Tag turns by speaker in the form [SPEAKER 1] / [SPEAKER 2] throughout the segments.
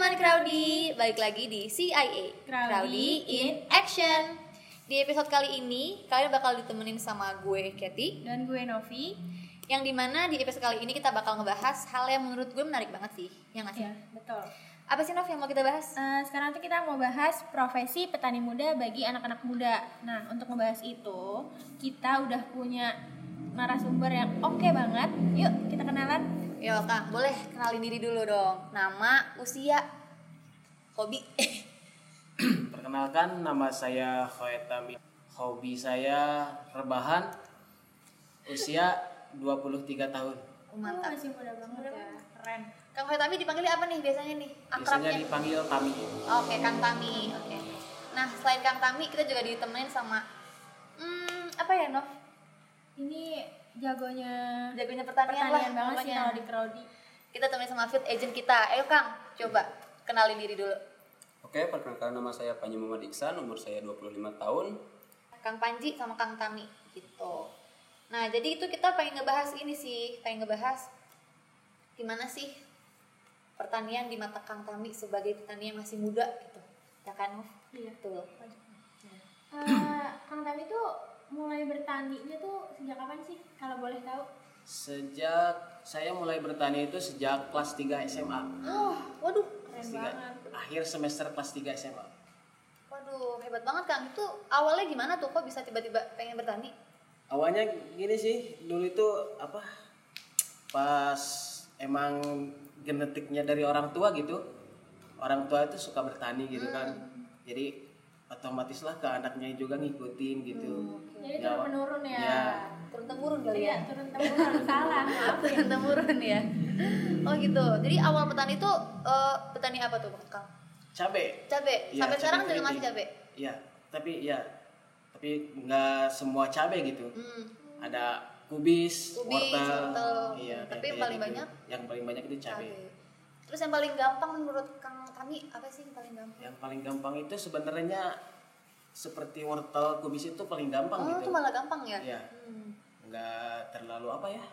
[SPEAKER 1] Crowdy, balik lagi di CIA
[SPEAKER 2] Crowdy
[SPEAKER 1] in Action. Di episode kali ini kalian bakal ditemenin sama gue Kathy,
[SPEAKER 2] Dan gue Novi.
[SPEAKER 1] yang dimana di episode kali ini kita bakal ngebahas hal yang menurut gue menarik banget sih, yang ngasih.
[SPEAKER 2] Ya, betul.
[SPEAKER 1] Apa sih Nov yang mau kita bahas?
[SPEAKER 2] Eh, sekarang tuh kita mau bahas profesi petani muda bagi anak-anak muda. Nah, untuk membahas itu, kita udah punya narasumber yang oke banget. Yuk, kita kenalan.
[SPEAKER 1] Ya Kang, boleh kenalin diri dulu dong. Nama, usia, hobi.
[SPEAKER 3] Perkenalkan nama saya Khoetami. Hobi saya rebahan. Usia 23 tahun.
[SPEAKER 2] Oh,
[SPEAKER 1] Mantap.
[SPEAKER 2] masih muda banget ya. Keren.
[SPEAKER 1] Kang Fetami dipanggilnya apa nih biasanya nih?
[SPEAKER 3] Biasanya
[SPEAKER 1] Akrabnya?
[SPEAKER 3] dipanggil Tami.
[SPEAKER 1] Oke, Kang Tami. Oke. Nah, selain Kang Tami, kita juga ditemenin sama hmm, apa ya, Nov?
[SPEAKER 2] Ini jagonya
[SPEAKER 1] Jagonya pertanian,
[SPEAKER 2] pertanian
[SPEAKER 1] lah,
[SPEAKER 2] banget sih
[SPEAKER 1] pokoknya.
[SPEAKER 2] kalau di Crowdy.
[SPEAKER 1] Kita temenin sama field agent kita. Ayo, Kang, coba kenalin diri dulu.
[SPEAKER 4] Oke, perkenalkan nama saya Panji Muhammad Iksan, umur saya 25 tahun.
[SPEAKER 1] Kang Panji sama Kang Tami gitu. Nah, jadi itu kita pengen ngebahas ini sih, pengen ngebahas gimana sih pertanian di mata Kang Tami sebagai petani yang masih muda gitu. Ya kan, Nov?
[SPEAKER 2] Iya.
[SPEAKER 1] Betul.
[SPEAKER 2] Eh, Kang Tami tuh mulai bertaninya tuh sejak kapan sih? Kalau boleh tahu.
[SPEAKER 3] Sejak saya mulai bertani itu sejak kelas 3 SMA.
[SPEAKER 1] Oh, waduh,
[SPEAKER 2] Keren
[SPEAKER 3] Kelas tiga.
[SPEAKER 2] banget.
[SPEAKER 3] Akhir semester kelas 3 SMA.
[SPEAKER 1] Waduh, hebat banget Kang. Itu awalnya gimana tuh kok bisa tiba-tiba pengen bertani?
[SPEAKER 3] Awalnya gini sih, dulu itu apa? Pas emang genetiknya dari orang tua gitu. Orang tua itu suka bertani gitu kan.
[SPEAKER 1] Hmm.
[SPEAKER 3] Jadi otomatislah ke anaknya juga ngikutin gitu.
[SPEAKER 1] Hmm.
[SPEAKER 2] Jadi
[SPEAKER 3] Ya,
[SPEAKER 2] turun menurun ya.
[SPEAKER 3] ya.
[SPEAKER 1] Turun temurun kali
[SPEAKER 2] Iya,
[SPEAKER 1] ya.
[SPEAKER 2] turun temurun salah. Maaf ya.
[SPEAKER 1] Turun temurun ya. Oh gitu. Jadi awal petani itu eh, petani apa tuh Kang?
[SPEAKER 3] Cabe.
[SPEAKER 1] Cabe. Sampai
[SPEAKER 3] Iya, cabe
[SPEAKER 1] sekarang juga
[SPEAKER 3] keriting.
[SPEAKER 1] masih cabe.
[SPEAKER 3] Iya, tapi ya tapi nggak semua cabe gitu.
[SPEAKER 1] Hmm.
[SPEAKER 3] Ada kubis,
[SPEAKER 1] Kubis,
[SPEAKER 3] wortel.
[SPEAKER 1] wortel.
[SPEAKER 3] Iya,
[SPEAKER 1] Tapi yang
[SPEAKER 3] kayak- kayak
[SPEAKER 1] paling
[SPEAKER 3] gitu.
[SPEAKER 1] banyak?
[SPEAKER 3] Yang paling banyak itu cabe.
[SPEAKER 1] Cabe. Terus yang paling gampang menurut Kang Tami apa sih yang paling gampang?
[SPEAKER 3] Yang paling gampang itu sebenarnya seperti wortel kubis itu paling gampang
[SPEAKER 1] Oh, itu
[SPEAKER 3] gitu.
[SPEAKER 1] malah gampang ya?
[SPEAKER 3] Iya.
[SPEAKER 1] Hmm.
[SPEAKER 3] Nggak terlalu apa ya?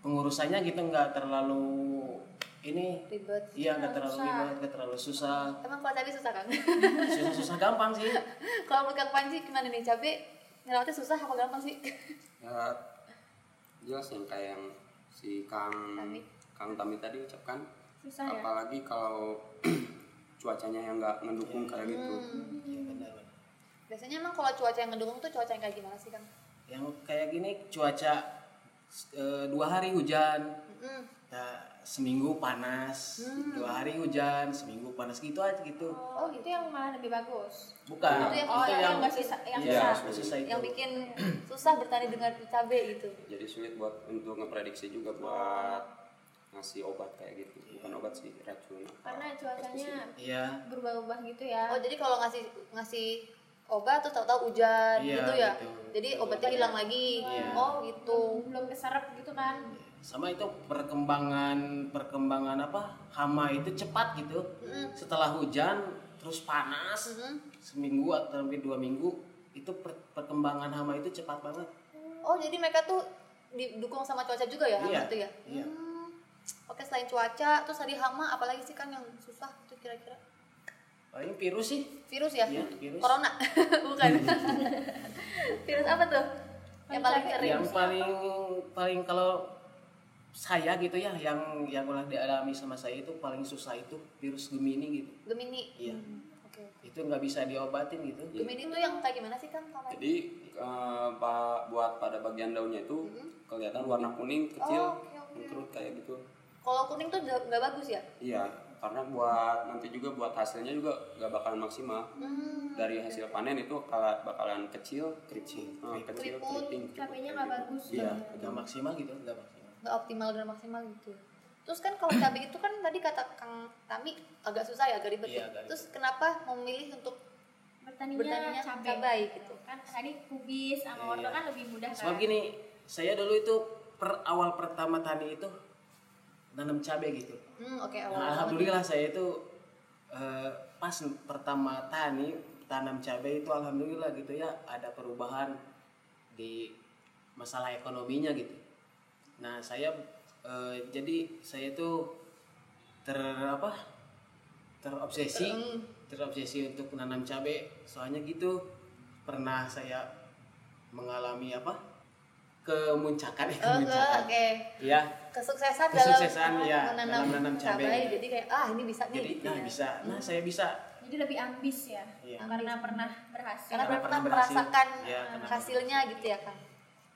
[SPEAKER 3] Pengurusannya gitu nggak terlalu ini
[SPEAKER 1] Ribet.
[SPEAKER 3] Iya, nggak terlalu ribet, nggak terlalu susah.
[SPEAKER 1] Emang kalau cabe susah kan?
[SPEAKER 3] Susah-susah gampang sih. Iya,
[SPEAKER 1] kalau menurut Kang Panji gimana nih cabe? Ngerawatnya susah apa gampang sih?
[SPEAKER 4] Ya, jelas yang kayak yang si Kang
[SPEAKER 1] Tami.
[SPEAKER 4] Kang Tami tadi ucapkan.
[SPEAKER 2] Susah ya.
[SPEAKER 4] Apalagi kalau cuacanya yang nggak mendukung kayak gitu.
[SPEAKER 1] Hmm.
[SPEAKER 3] Iya, benar.
[SPEAKER 1] Biasanya emang kalau cuaca yang ngedukung tuh cuaca yang kayak gimana sih Kang?
[SPEAKER 3] yang kayak gini cuaca eh, dua hari hujan
[SPEAKER 1] Mm-mm.
[SPEAKER 3] nah, seminggu panas dua hari hujan seminggu panas gitu aja gitu
[SPEAKER 2] Oh, itu yang malah lebih bagus.
[SPEAKER 3] bukan
[SPEAKER 4] Itu
[SPEAKER 1] yang-
[SPEAKER 2] Oh,
[SPEAKER 1] Itu
[SPEAKER 2] yang, yang
[SPEAKER 1] yang-
[SPEAKER 2] nggak susah, yang
[SPEAKER 3] iya,
[SPEAKER 4] susah.
[SPEAKER 3] susah, susah itu
[SPEAKER 1] yang bikin susah bertani dengan cabe gitu.
[SPEAKER 4] Jadi sulit buat untuk ngeprediksi juga buat ngasih obat kayak gitu. Bukan obat sih, racun. apa,
[SPEAKER 2] karena cuacanya
[SPEAKER 4] pestisida.
[SPEAKER 3] iya
[SPEAKER 2] berubah-ubah gitu ya.
[SPEAKER 1] Oh jadi kalau ngasih ngasih obat terus tahu-tahu hujan
[SPEAKER 3] Iya,
[SPEAKER 1] gitu ya.
[SPEAKER 3] gitu.
[SPEAKER 1] Jadi obatnya hilang lagi.
[SPEAKER 3] Iya.
[SPEAKER 1] Oh gitu.
[SPEAKER 2] belum keserap gitu kan.
[SPEAKER 3] sama itu perkembangan perkembangan apa hama itu cepat gitu setelah hujan terus panas seminggu atau sampai dua minggu itu per- perkembangan hama itu cepat banget
[SPEAKER 1] Oh jadi mereka tuh didukung sama cuaca juga ya hama
[SPEAKER 3] Iya,
[SPEAKER 1] tuh ya.
[SPEAKER 3] iya.
[SPEAKER 1] Hmm. Oke selain cuaca terus tadi hama apalagi sih kan yang susah itu kira-kira
[SPEAKER 3] paling virus sih
[SPEAKER 1] virus ya?
[SPEAKER 3] Iya, virus.
[SPEAKER 1] Corona bukan. virus apa tuh? Yang paling
[SPEAKER 2] Cabe.
[SPEAKER 1] sering.
[SPEAKER 3] yang paling paling kalau saya gitu ya yang yang pernah dialami sama saya itu paling susah itu virus gemini gitu
[SPEAKER 1] Gemini.
[SPEAKER 3] iya
[SPEAKER 1] Oke.
[SPEAKER 3] itu nggak bisa diobatin gitu
[SPEAKER 1] Gemini tuh yang kayak gimana sih kan? Kang?
[SPEAKER 3] Iya.
[SPEAKER 4] Jadi eh, ba- buat pada bagian daunnya itu kelihatan warna kuning
[SPEAKER 1] Oh,
[SPEAKER 4] kecil,
[SPEAKER 1] oke, oke.
[SPEAKER 4] mengkerut kayak gitu.
[SPEAKER 1] Kalau kuning tuh nggak nggak bagus ya?
[SPEAKER 4] Iya, karena buat nanti juga buat hasilnya juga nggak bakalan maksimal. Dari hasil panen itu bakala- bakalan kecil, kecil, kecil,
[SPEAKER 1] Keriput,
[SPEAKER 4] keriting.
[SPEAKER 2] Cabenya nggak bagus.
[SPEAKER 4] Iya.
[SPEAKER 3] nggak maksimal gitu nggak maksimal
[SPEAKER 1] Nggak optimal dan maksimal gitu. Terus kan kalau cabai itu kan tadi kata Kang Tami agak susah ya, agak ribet. ya.
[SPEAKER 3] Iya, agak ribet.
[SPEAKER 1] Terus kenapa memilih untuk
[SPEAKER 2] Bertaninya,
[SPEAKER 1] bertaninya
[SPEAKER 2] cabai.
[SPEAKER 1] cabai gitu?
[SPEAKER 2] Kan tadi kubis sama wortel kan lebih mudah
[SPEAKER 3] sebab
[SPEAKER 2] kan.
[SPEAKER 3] gini saya dulu itu per awal pertama tani itu nanam cabai gitu
[SPEAKER 1] Hmm, oke awal.
[SPEAKER 3] Nah, alhamdulillah saya itu eh, pas pertama tani tanam cabai itu alhamdulillah gitu ya ada perubahan di masalah ekonominya gitu. Nah saya eh, jadi saya itu ter apa terobsesi terobsesi untuk menanam cabai soalnya gitu pernah saya mengalami apa kemuncakan eh,
[SPEAKER 1] Oh, oke.
[SPEAKER 3] kemuncakan ya
[SPEAKER 1] Kesuksesan,
[SPEAKER 3] Kesuksesan,
[SPEAKER 1] dalam
[SPEAKER 3] ya, dalam menanam cabai.
[SPEAKER 1] Jadi kayak ah ini bisa nih.
[SPEAKER 3] jadi
[SPEAKER 1] gitu
[SPEAKER 3] nah
[SPEAKER 1] ya.
[SPEAKER 3] bisa nah saya bisa
[SPEAKER 2] Jadi lebih ambis ya.
[SPEAKER 3] Iya.
[SPEAKER 2] Karena pernah berhasil.
[SPEAKER 1] Karena
[SPEAKER 3] Karena
[SPEAKER 1] pernah
[SPEAKER 3] pernah berhasil.
[SPEAKER 1] merasakan
[SPEAKER 3] Iya, karena
[SPEAKER 1] hasilnya gitu ya kan.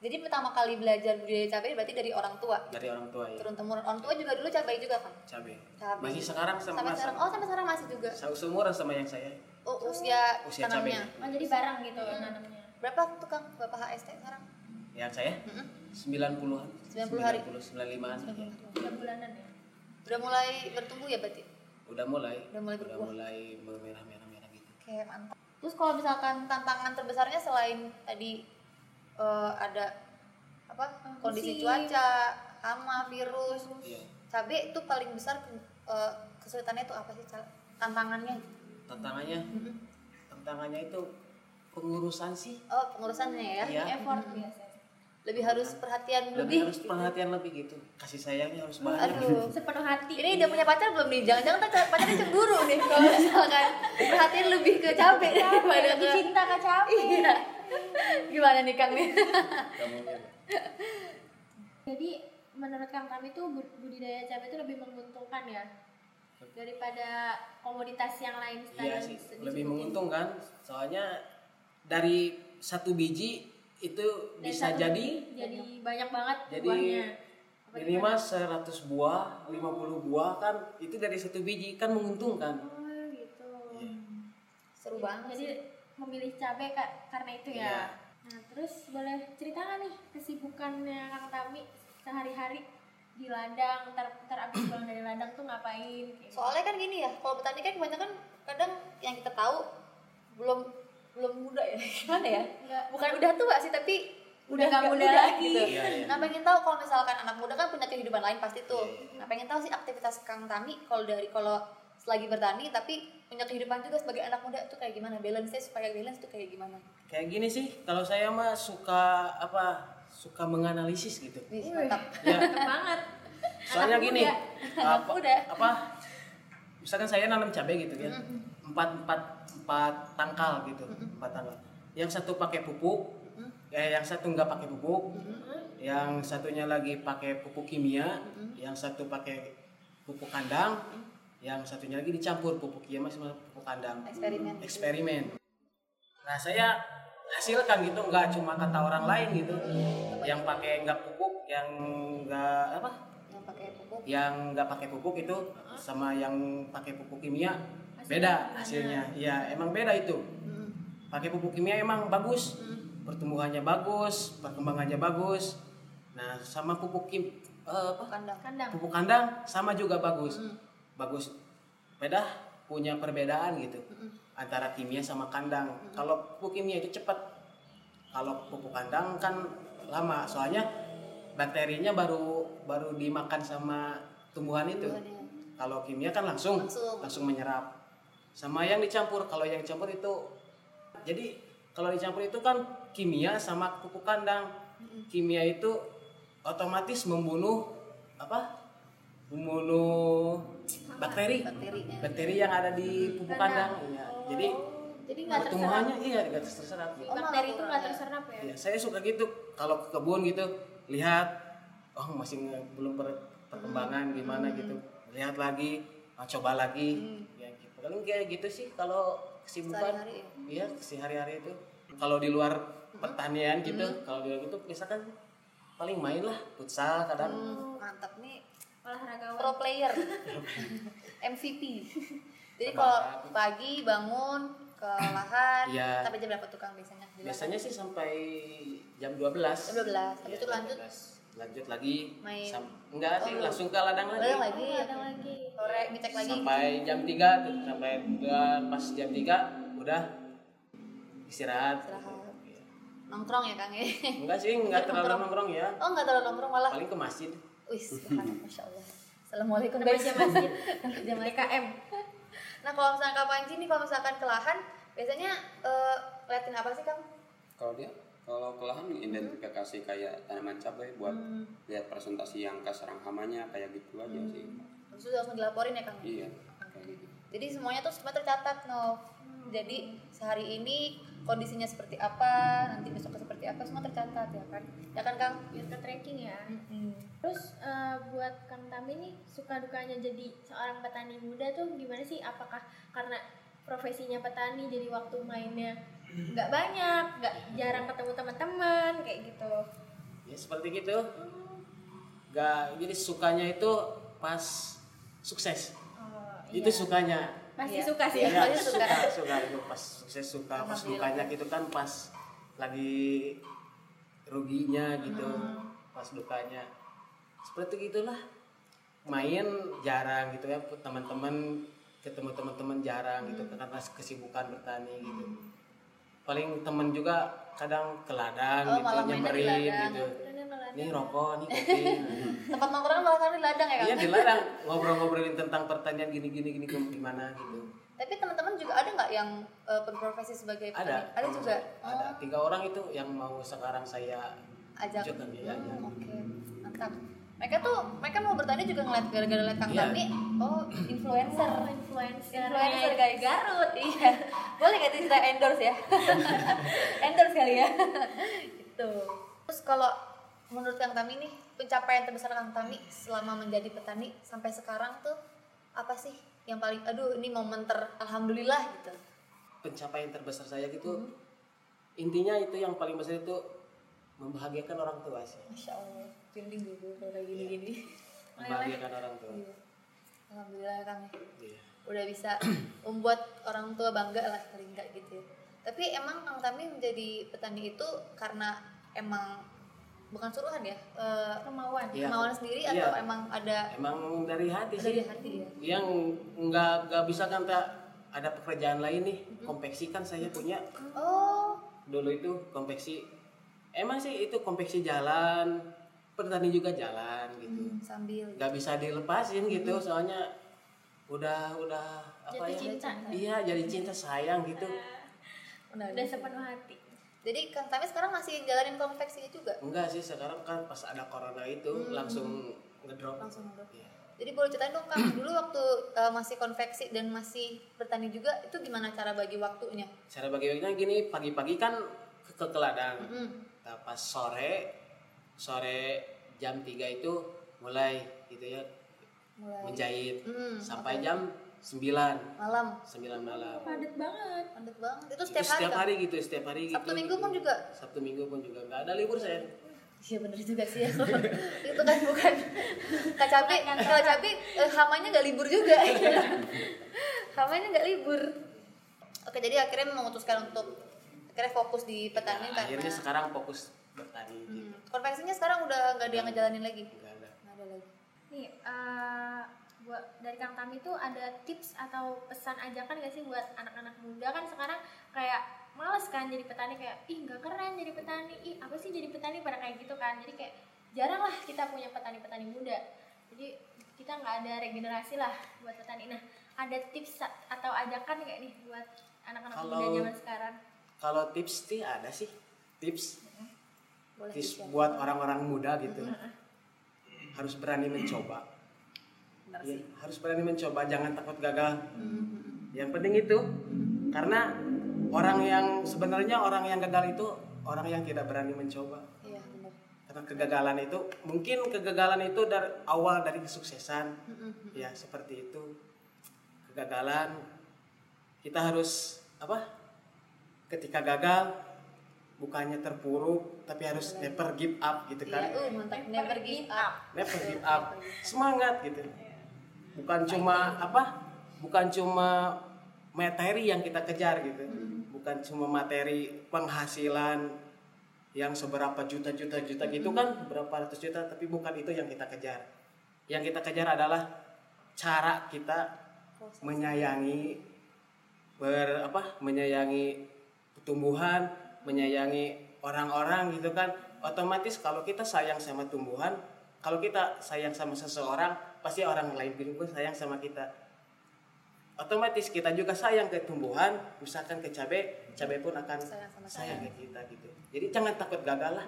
[SPEAKER 1] Jadi pertama kali belajar budaya cabai berarti dari orang tua.
[SPEAKER 3] dari orang tua ya
[SPEAKER 1] Turun temurun orang tua juga dulu cabai juga kan.
[SPEAKER 3] cabai
[SPEAKER 1] Cabai.
[SPEAKER 3] masih sekarang sama,
[SPEAKER 1] Sampai sekarang oh sampai sekarang masih juga.
[SPEAKER 3] sama seumuran sama yang saya
[SPEAKER 1] Oh, usia,
[SPEAKER 3] Usia
[SPEAKER 1] tanamnya.
[SPEAKER 3] cabainya.
[SPEAKER 2] Oh jadi barang gitu
[SPEAKER 1] Iya.
[SPEAKER 2] nanamnya.
[SPEAKER 1] Berapa tuh Kang Bapak HST sekarang?
[SPEAKER 3] yang saya
[SPEAKER 1] Mm-mm.
[SPEAKER 3] 90-an
[SPEAKER 1] 90 hari.
[SPEAKER 3] 95-an ya.
[SPEAKER 2] Tiga bulanan ya.
[SPEAKER 1] Udah mulai bertumbuh ya berarti?
[SPEAKER 3] udah mulai
[SPEAKER 1] Udah mulai
[SPEAKER 3] udah
[SPEAKER 1] berbuah.
[SPEAKER 3] mulai merah-merah gitu
[SPEAKER 1] Oke, mantap. Terus kalau misalkan tantangan terbesarnya selain tadi eh, ada apa kondisi
[SPEAKER 2] Kondisi.
[SPEAKER 1] cuaca, hama, virus,
[SPEAKER 3] Iya.
[SPEAKER 1] cabai itu paling besar ke- eh, kesulitannya itu apa sih Cal? tantangannya?
[SPEAKER 3] tantangannya
[SPEAKER 1] Mm-mm.
[SPEAKER 3] tantangannya itu pengurusan sih
[SPEAKER 1] Oh pengurusannya ya,
[SPEAKER 3] Iya.
[SPEAKER 2] Effort biasanya.
[SPEAKER 1] lebih harus perhatian
[SPEAKER 3] lebih
[SPEAKER 1] lebih.
[SPEAKER 3] harus perhatian lebih gitu kasih sayangnya harus banyak
[SPEAKER 1] Aduh,
[SPEAKER 2] Sepenuh hati.
[SPEAKER 1] ini udah punya pacar belum nih? Jangan-jangan pacar- pacarnya cemburu nih kalau misalkan perhatian lebih ke cabai daripada
[SPEAKER 2] lebih
[SPEAKER 1] ke
[SPEAKER 2] cinta ke cabai.
[SPEAKER 1] Iya. Gimana nih Kang nih?
[SPEAKER 3] Gak mungkin.
[SPEAKER 2] Jadi menurut Kang Tami itu bu- budidaya cabai itu lebih menguntungkan ya daripada komoditas yang lain secara
[SPEAKER 3] iya sih
[SPEAKER 2] sedikit
[SPEAKER 3] lebih
[SPEAKER 2] mungkin.
[SPEAKER 3] menguntungkan soalnya dari satu biji itu
[SPEAKER 2] Dan
[SPEAKER 3] bisa
[SPEAKER 2] satu
[SPEAKER 3] jadi
[SPEAKER 2] jadi banyak banget
[SPEAKER 3] jadi
[SPEAKER 2] buahnya. Apa
[SPEAKER 3] minimal 100 buah 50 buah kan itu dari satu biji kan menguntungkan
[SPEAKER 2] gimana? Oh, gitu.
[SPEAKER 3] Iya.
[SPEAKER 1] Seru banget.
[SPEAKER 2] Jadi memilih cabai Kak, karena itu ya.
[SPEAKER 3] Iya.
[SPEAKER 2] Nah, terus boleh cerita nggak nih kesibukannya Kang Tami sehari-hari di ladang, ntar, ntar abis pulang dari ladang tuh ngapain? kayak gitu.
[SPEAKER 1] soalnya kan gini ya kalau petani kan kebanyakan kadang yang kita tahu belum belum muda ya gimana ya
[SPEAKER 2] Nggak-
[SPEAKER 1] bukan udah tua sih tapi
[SPEAKER 2] Udah nggak
[SPEAKER 1] nggak
[SPEAKER 2] muda lagi.
[SPEAKER 1] gitu.
[SPEAKER 3] Iya, iya.
[SPEAKER 1] nah pengen tahu kalau misalkan anak muda kan punya kehidupan lain pasti tuh
[SPEAKER 3] Iya,
[SPEAKER 1] nah pengen tahu sih aktivitas kang Tami kalau dari kalau selagi bertani tapi punya kehidupan juga sebagai anak muda tuh kayak gimana balance supaya balance tuh kayak gimana
[SPEAKER 3] kayak gini sih kalau saya mah suka apa suka menganalisis gitu
[SPEAKER 1] Wih, mantap
[SPEAKER 3] ya
[SPEAKER 2] Mantep banget.
[SPEAKER 3] soalnya
[SPEAKER 2] Anak
[SPEAKER 3] gini
[SPEAKER 2] muda.
[SPEAKER 3] apa
[SPEAKER 1] muda.
[SPEAKER 3] apa misalkan saya nanam cabai gitu kan empat empat empat tangkal gitu empat tangkal yang satu pakai pupuk eh, yang satu nggak pakai pupuk yang satunya lagi pakai pupuk kimia yang satu pakai pupuk kandang yang satunya lagi dicampur pupuk kimia sama pupuk kandang
[SPEAKER 1] eksperimen
[SPEAKER 3] eksperimen. Nah saya hasilkan gitu nggak cuma kata orang lain gitu, yang pakai nggak pupuk, yang nggak apa,
[SPEAKER 1] yang pakai pupuk
[SPEAKER 3] yang nggak pakai pupuk itu sama yang pakai pupuk kimia beda hasilnya. Iya emang beda itu.
[SPEAKER 1] Mm.
[SPEAKER 3] Pakai pupuk kimia emang bagus, pertumbuhannya bagus, perkembangannya bagus. Nah sama pupuk kim eh, apa?
[SPEAKER 1] kandang
[SPEAKER 2] Kandang.
[SPEAKER 3] pupuk kandang sama juga bagus bagus beda punya perbedaan gitu antara kimia sama kandang kalau pupuk kimia itu cepat kalau pupuk kandang kan lama soalnya bakterinya baru baru dimakan sama tumbuhan itu
[SPEAKER 1] Tumbuhannya.
[SPEAKER 3] kalau kimia kan langsung
[SPEAKER 1] Langsung.
[SPEAKER 3] menyerap sama yang dicampur kalau yang campur itu jadi kalau dicampur itu kan kimia sama pupuk kandang kimia itu otomatis membunuh apa membunuh bakteri
[SPEAKER 1] Bakterinya.
[SPEAKER 3] bakteri yang ada di pupuk kandang Iya. jadi
[SPEAKER 2] Jadi nggak terserap.
[SPEAKER 3] pertumbuhannya iya nggak terserap
[SPEAKER 2] Si
[SPEAKER 1] Oh,
[SPEAKER 2] bakteri
[SPEAKER 1] malah
[SPEAKER 2] itu nggak
[SPEAKER 1] kurang ya.
[SPEAKER 2] terserap ya.
[SPEAKER 3] Ya, saya suka gitu kalau ke kebun gitu lihat oh masih nge- belum ber- perkembangan gimana gitu lihat lagi ah, coba lagi ya gitu paling kayak gitu sih kalau kesibukan
[SPEAKER 1] Sehari-hari
[SPEAKER 3] iya si hari-hari itu kalau di luar pertanian gitu kalau di luar itu misalkan paling main lah futsal kadang
[SPEAKER 1] Mm, mantap nih
[SPEAKER 2] Olahragawan.
[SPEAKER 1] pro player MVP jadi kalau pagi bangun ke lahan
[SPEAKER 3] Iya.
[SPEAKER 1] sampai jam berapa tukang biasanya Di lahan?
[SPEAKER 3] biasanya sih sampai jam 12
[SPEAKER 1] jam 12 habis
[SPEAKER 3] Iya,
[SPEAKER 1] itu
[SPEAKER 3] jam
[SPEAKER 1] lanjut
[SPEAKER 3] 12. lanjut lagi
[SPEAKER 1] Main. Oh,
[SPEAKER 3] Sam- enggak sih langsung ke ladang lagi
[SPEAKER 1] Ladang lagi
[SPEAKER 2] Oh, ada lagi.
[SPEAKER 1] sore ngecek lagi
[SPEAKER 3] sampai jam 3 tuh sampai dua- pas jam 3 udah istirahat,
[SPEAKER 1] Istirahat. nongkrong ya kang ya
[SPEAKER 3] enggak sih enggak terlalu nongkrong ya
[SPEAKER 1] oh nggak terlalu nongkrong malah
[SPEAKER 3] paling ke masjid
[SPEAKER 1] wis masya allah assalamualaikum
[SPEAKER 2] Nama
[SPEAKER 1] guys
[SPEAKER 2] aja masjid. Jam
[SPEAKER 1] Iya,
[SPEAKER 2] KM.
[SPEAKER 1] nah kalau misalkan kak Panji nih kalau misalkan ke lahan biasanya eh, ngeliatin apa sih kang
[SPEAKER 4] Kalau dia kalau ke lahan identifikasi kayak tanaman cabai buat lihat presentasi yang keserang hamanya kayak gitu aja sih.
[SPEAKER 1] terus udah langsung dilaporin ya kang
[SPEAKER 4] Iya. Kayak gitu.
[SPEAKER 1] Jadi semuanya tuh semua tercatat, no. Jadi sehari ini kondisinya seperti apa, nanti besok seperti apa, semua tercatat ya kan? Ya kan Kang?
[SPEAKER 2] biar ke tracking ya
[SPEAKER 1] Mm.
[SPEAKER 2] terus eh, buat kang Tami nih suka dukanya jadi seorang petani muda tuh gimana sih apakah karena profesinya petani jadi waktu mainnya nggak banyak nggak jarang ketemu teman-teman kayak gitu
[SPEAKER 3] ya seperti gitu gak jadi sukanya itu pas sukses
[SPEAKER 2] oh,
[SPEAKER 3] itu sukanya
[SPEAKER 2] pasti
[SPEAKER 1] Iya.
[SPEAKER 2] suka sih
[SPEAKER 1] Iya.
[SPEAKER 3] ya,
[SPEAKER 1] Pasti
[SPEAKER 3] suka
[SPEAKER 1] suka.
[SPEAKER 3] suka itu pas sukses suka pas
[SPEAKER 1] Alhamdulillah.
[SPEAKER 3] dukanya gitu kan pas lagi ruginya gitu
[SPEAKER 1] Hmm.
[SPEAKER 3] pas dukanya seperti gitulah main jarang gitu ya teman-teman ketemu teman-teman jarang gitu
[SPEAKER 1] Hmm.
[SPEAKER 3] karena kesibukan bertani gitu paling teman juga kadang ke ladang
[SPEAKER 1] Oh,
[SPEAKER 3] gitu
[SPEAKER 1] malah mainnya di
[SPEAKER 3] nyamperin
[SPEAKER 1] ladang.
[SPEAKER 3] gitu
[SPEAKER 2] Karena malah
[SPEAKER 3] ini rokok ini kopi
[SPEAKER 1] Tempat nongkrong malah kan di ladang ya Kang?
[SPEAKER 3] Iya dilarang ngobrol-ngobrolin tentang pertanian gini-gini gini ke- gimana gitu.
[SPEAKER 1] Tapi teman-teman juga ada nggak yang eh, berprofesi sebagai
[SPEAKER 3] Ada. Oh,
[SPEAKER 1] petani? Ada juga. Oh,
[SPEAKER 3] Ada tiga orang itu yang mau sekarang saya
[SPEAKER 1] Ajak.
[SPEAKER 3] Ajukan dia,
[SPEAKER 1] Hmm,
[SPEAKER 3] ajak.
[SPEAKER 1] Oke, mantap. Mereka tuh mereka mau bertani juga ngeliat gara-gara ngeliat Kang
[SPEAKER 3] Iya.
[SPEAKER 1] Tami. Oh, influencer.
[SPEAKER 2] Oh, influencer
[SPEAKER 1] Influencer guys. Garut, iya. Boleh nggak kita endorse ya? endorse kali ya. gitu. Terus kalau menurut Kang Tami nih, pencapaian terbesar Kang Tami selama menjadi petani sampai sekarang tuh apa sih yang paling aduh ini momen ter alhamdulillah gitu.
[SPEAKER 3] pencapaian terbesar saya gitu.
[SPEAKER 1] Hmm.
[SPEAKER 3] Intinya itu yang paling besar itu membahagiakan orang tua sih.
[SPEAKER 1] Masya Allah, feeling dulu kalau kayak gini-gini.
[SPEAKER 3] Membahagiakan orang tua.
[SPEAKER 1] Iya. Alhamdulillah Kang ya.
[SPEAKER 3] Iya.
[SPEAKER 1] udah bisa membuat orang tua bangga lah paling enggak gitu ya. tapi emang Kang Tami menjadi petani itu karena emang bukan suruhan ya eh,
[SPEAKER 2] kemauan
[SPEAKER 3] Iya.
[SPEAKER 1] kemauan sendiri
[SPEAKER 3] Iya.
[SPEAKER 1] atau emang ada
[SPEAKER 3] Emang dari hati sih.
[SPEAKER 1] dari hati ya
[SPEAKER 3] Yang nggak nggak bisa kan tak ada pekerjaan lain nih
[SPEAKER 1] Hmm.
[SPEAKER 3] konveksi kan saya punya
[SPEAKER 1] oh
[SPEAKER 3] dulu itu konveksi emang sih itu konveksi jalan petani juga jalan gitu
[SPEAKER 1] Hmm, sambil
[SPEAKER 3] nggak bisa dilepasin
[SPEAKER 1] Hmm.
[SPEAKER 3] gitu soalnya udah udah apa
[SPEAKER 2] Jatuh
[SPEAKER 3] ya
[SPEAKER 2] cinta.
[SPEAKER 1] kan?
[SPEAKER 3] iya jadi cinta sayang gitu
[SPEAKER 2] udah sepenuh hati
[SPEAKER 1] jadi Kang Tami sekarang masih jalanin konveksinya juga
[SPEAKER 3] enggak sih sekarang kan pas ada corona itu
[SPEAKER 1] Hmm.
[SPEAKER 3] langsung ngedrop
[SPEAKER 1] langsung dulu
[SPEAKER 3] Iya.
[SPEAKER 1] jadi boleh ceritain dong Kang dulu waktu eh, masih konveksi dan masih bertani juga itu gimana cara bagi waktunya
[SPEAKER 3] cara bagi waktunya gini pagi-pagi kan ke, ke ke ladang
[SPEAKER 2] Hmm.
[SPEAKER 1] Mm.
[SPEAKER 3] Nah, pas sore sore jam 3 itu mulai gitu ya
[SPEAKER 1] mulai
[SPEAKER 3] menjahit
[SPEAKER 1] Mm,
[SPEAKER 3] sampai jam 9
[SPEAKER 1] malam
[SPEAKER 3] 9 malam
[SPEAKER 2] padat banget
[SPEAKER 1] mantep banget itu
[SPEAKER 3] Itu
[SPEAKER 1] setiap hari Kang?
[SPEAKER 3] gitu setiap hari gitu
[SPEAKER 1] Sabtu minggu pun juga
[SPEAKER 3] Sabtu minggu pun juga nggak ada libur saya
[SPEAKER 1] Iya bener juga sih ya. itu kan bukan Kak Cabe, kalau Cabe eh, hamanya nggak libur juga. hamanya nggak libur. Oke jadi akhirnya memutuskan untuk akhirnya fokus di petani
[SPEAKER 3] Nah,
[SPEAKER 1] karena
[SPEAKER 3] akhirnya sekarang fokus bertani gitu
[SPEAKER 1] Hmm, konveksinya sekarang udah nggak ada yang ngejalanin lagi.
[SPEAKER 3] nggak ada
[SPEAKER 1] Nggak ada lagi.
[SPEAKER 2] Nih, eh, buat dari Kang Tami tuh ada tips atau pesan ajakan gak sih buat anak-anak muda kan sekarang kayak males kan jadi petani kayak ih nggak keren jadi petani ih apa sih jadi petani pada kayak gitu kan jadi kayak jarang lah kita punya petani-petani muda jadi kita nggak ada regenerasi lah buat petani nah ada tips sa- atau ajakan nggak nih buat anak-anak muda
[SPEAKER 3] Kalau-
[SPEAKER 2] zaman sekarang
[SPEAKER 3] kalau tips sih ada sih tips
[SPEAKER 1] Boleh
[SPEAKER 3] tips
[SPEAKER 1] di-share.
[SPEAKER 3] buat orang-orang muda gitu harus berani mencoba
[SPEAKER 1] Bentar
[SPEAKER 3] Ya,
[SPEAKER 1] sih.
[SPEAKER 3] harus berani mencoba jangan takut gagal
[SPEAKER 1] Hmm,
[SPEAKER 3] yang penting itu karena orang yang sebenarnya orang yang gagal itu orang yang tidak berani mencoba
[SPEAKER 1] Iya bener.
[SPEAKER 3] karena kegagalan itu mungkin kegagalan itu dari awal dari kesuksesan
[SPEAKER 1] Mm-mm.
[SPEAKER 3] ya seperti itu kegagalan kita harus apa ketika gagal bukannya terpuruk tapi harus never give up gitu
[SPEAKER 1] Iya,
[SPEAKER 3] kan
[SPEAKER 1] uh, mantap. Never give
[SPEAKER 2] ah,
[SPEAKER 1] up.
[SPEAKER 3] never give up semangat gitu bukan cuma apa bukan cuma materi yang kita kejar gitu bukan cuma materi penghasilan yang seberapa juta juta juta gitu kan berapa ratus juta tapi bukan itu yang kita kejar yang kita kejar adalah cara kita menyayangi ber apa menyayangi tumbuhan menyayangi orang-orang gitu kan otomatis kalau kita sayang sama tumbuhan kalau kita sayang sama seseorang pasti orang lain juga sayang sama kita otomatis kita juga sayang ke tumbuhan misalkan ke cabe cabe pun akan
[SPEAKER 1] Sayang sama
[SPEAKER 3] sayang ke kita gitu jadi jangan takut gagal lah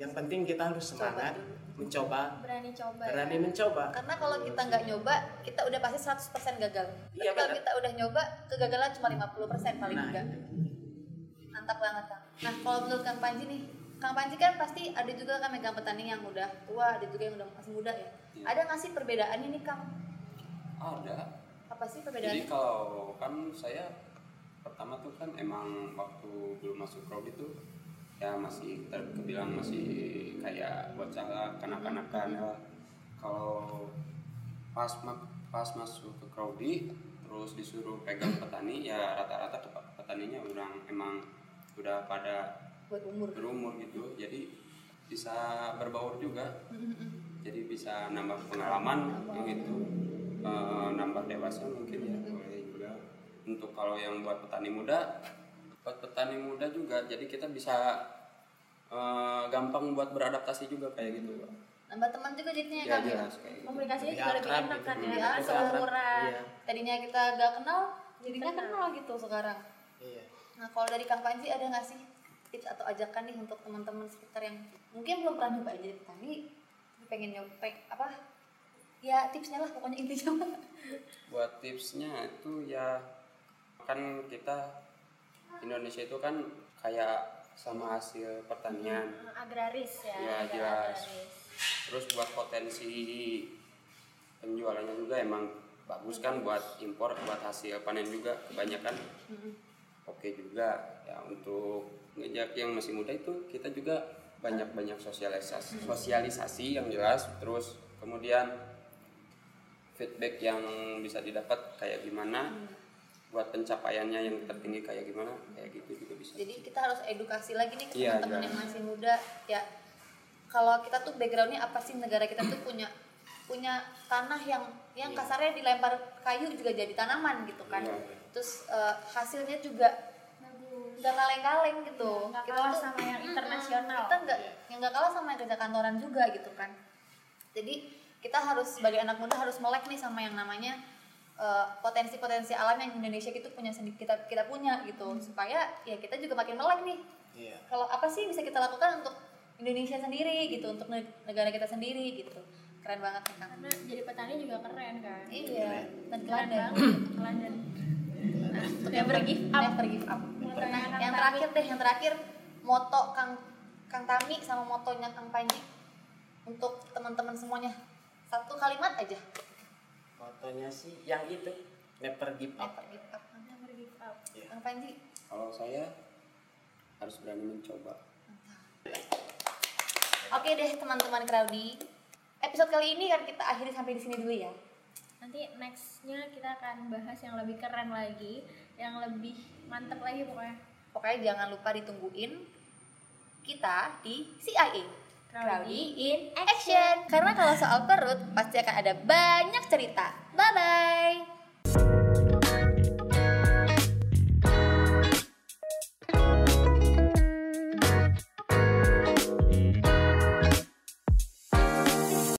[SPEAKER 3] yang penting kita harus semangat mencoba
[SPEAKER 2] berani coba ya.
[SPEAKER 3] berani mencoba
[SPEAKER 1] Karena kalau kita nggak nyoba, kita udah pasti 100% gagal. Tapi
[SPEAKER 3] Iya,
[SPEAKER 1] kalau
[SPEAKER 3] benar.
[SPEAKER 1] kita udah nyoba, kegagalan cuma 50% paling
[SPEAKER 3] Nah,
[SPEAKER 1] enggak.
[SPEAKER 3] itu.
[SPEAKER 1] Mantap banget, Kang. Nah, kalau menurut Kang Panji nih, Kang Panji kan pasti ada juga kan megang petani yang udah tua, ada juga yang udah masih muda ya.
[SPEAKER 4] Iya.
[SPEAKER 1] Ada nggak sih perbedaannya nih, Kang?
[SPEAKER 4] Ada.
[SPEAKER 1] Apa sih
[SPEAKER 4] Jadi
[SPEAKER 1] perbedaannya?
[SPEAKER 4] kalau kan saya pertama tuh kan emang waktu belum masuk prodi tuh ya masih terbilang masih kayak bocah lah kanak-kanakan ya. Kalau pas ma- pas masuk ke prodi terus disuruh pegang petani ya rata-rata tuh petaninya udah emang udah pada
[SPEAKER 1] Buat umur.
[SPEAKER 4] berumur gitu jadi bisa berbaur juga
[SPEAKER 1] Mm-mm.
[SPEAKER 4] jadi bisa nambah pengalaman yang itu eh, nambah dewasa mungkin ya boleh juga untuk kalau yang buat petani muda buat petani muda juga jadi kita bisa eh, gampang buat beradaptasi juga kayak gitu Pak.
[SPEAKER 1] Nambah teman juga jadinya ya,
[SPEAKER 4] ya
[SPEAKER 1] Kang. ya?
[SPEAKER 4] jelas kayak gitu
[SPEAKER 2] komunikasinya
[SPEAKER 3] Lebih
[SPEAKER 2] juga lebih
[SPEAKER 3] akrab
[SPEAKER 2] enak
[SPEAKER 3] gitu.
[SPEAKER 2] kan ya
[SPEAKER 1] Lebih
[SPEAKER 2] kan
[SPEAKER 1] akrab.
[SPEAKER 2] seumuran
[SPEAKER 3] Iya.
[SPEAKER 1] Tadinya kita nggak kenal, jadinya kenal gitu sekarang.
[SPEAKER 3] Iya.
[SPEAKER 1] Nah, kalau dari Kang Panji ada nggak sih tips atau ajakan nih untuk teman-teman sekitar yang mungkin belum pernah nyoba jadi petani, tapi pengen nyoba peng- apa? Ya tipsnya lah pokoknya intinya.
[SPEAKER 4] buat tipsnya itu ya kan kita Indonesia itu kan kayak sama hasil pertanian
[SPEAKER 2] Hmm, agraris ya,
[SPEAKER 4] Iya,
[SPEAKER 2] agak
[SPEAKER 4] jelas.
[SPEAKER 2] agraris.
[SPEAKER 4] terus buat potensi penjualannya juga emang bagus kan buat impor buat hasil panen juga kebanyakan oke juga ya untuk ngejak yang masih muda itu kita juga banyak banyak sosialisasi sosialisasi yang jelas terus kemudian feedback yang bisa didapat kayak gimana buat pencapaiannya yang tertinggi kayak gimana kayak gitu juga bisa
[SPEAKER 1] jadi kita harus edukasi lagi nih ke
[SPEAKER 4] Iya,
[SPEAKER 1] teman-teman
[SPEAKER 4] iya.
[SPEAKER 1] yang masih muda ya kalau kita tuh backgroundnya apa sih negara kita tuh punya punya tanah yang yang
[SPEAKER 3] Iya.
[SPEAKER 1] kasarnya dilempar kayu juga jadi tanaman gitu kan
[SPEAKER 4] Iya.
[SPEAKER 1] terus eh, hasilnya juga
[SPEAKER 2] Bagus.
[SPEAKER 1] nggak kaleng-kaleng gitu
[SPEAKER 2] Iya, Nggak
[SPEAKER 1] Kita
[SPEAKER 2] kalah
[SPEAKER 1] tuh-
[SPEAKER 2] sama yang
[SPEAKER 1] Mm-mm.
[SPEAKER 2] internasional.
[SPEAKER 1] kita nggak yang nggak kalah sama yang kerja kantoran juga gitu kan jadi kita harus sebagai anak muda harus melek nih sama yang namanya eh, potensi-potensi alam yang Indonesia itu punya sendi- kita kita punya
[SPEAKER 2] Hmm.
[SPEAKER 1] gitu supaya ya kita juga makin melek nih
[SPEAKER 3] Iya.
[SPEAKER 1] kalau apa sih yang bisa kita lakukan untuk Indonesia sendiri gitu untuk neg- negara kita sendiri gitu keren banget nih kang
[SPEAKER 2] karena jadi petani juga keren kan
[SPEAKER 1] iya dan keren
[SPEAKER 2] banget
[SPEAKER 1] banget
[SPEAKER 2] keren dan
[SPEAKER 1] untuk
[SPEAKER 2] Never give up.
[SPEAKER 1] never give up.
[SPEAKER 2] Motonya
[SPEAKER 1] Nah,
[SPEAKER 2] Kang
[SPEAKER 1] yang
[SPEAKER 2] Tami.
[SPEAKER 1] terakhir deh yang terakhir moto kang kang Tami sama motonya kang Panji untuk teman-teman semuanya satu kalimat aja
[SPEAKER 3] Fotonya sih yang itu never give up.
[SPEAKER 1] never give up
[SPEAKER 2] never give up
[SPEAKER 1] kang Panji
[SPEAKER 4] kalau saya harus berani mencoba
[SPEAKER 1] oke deh teman-teman Kraudi episode kali ini kan kita akhiri sampai di sini dulu ya
[SPEAKER 2] nanti nextnya kita akan bahas yang lebih keren lagi yang lebih mantep lagi pokoknya
[SPEAKER 1] pokoknya jangan lupa ditungguin kita di CIA Kraudi in action karena kalau soal perut pasti akan ada banyak cerita bye bye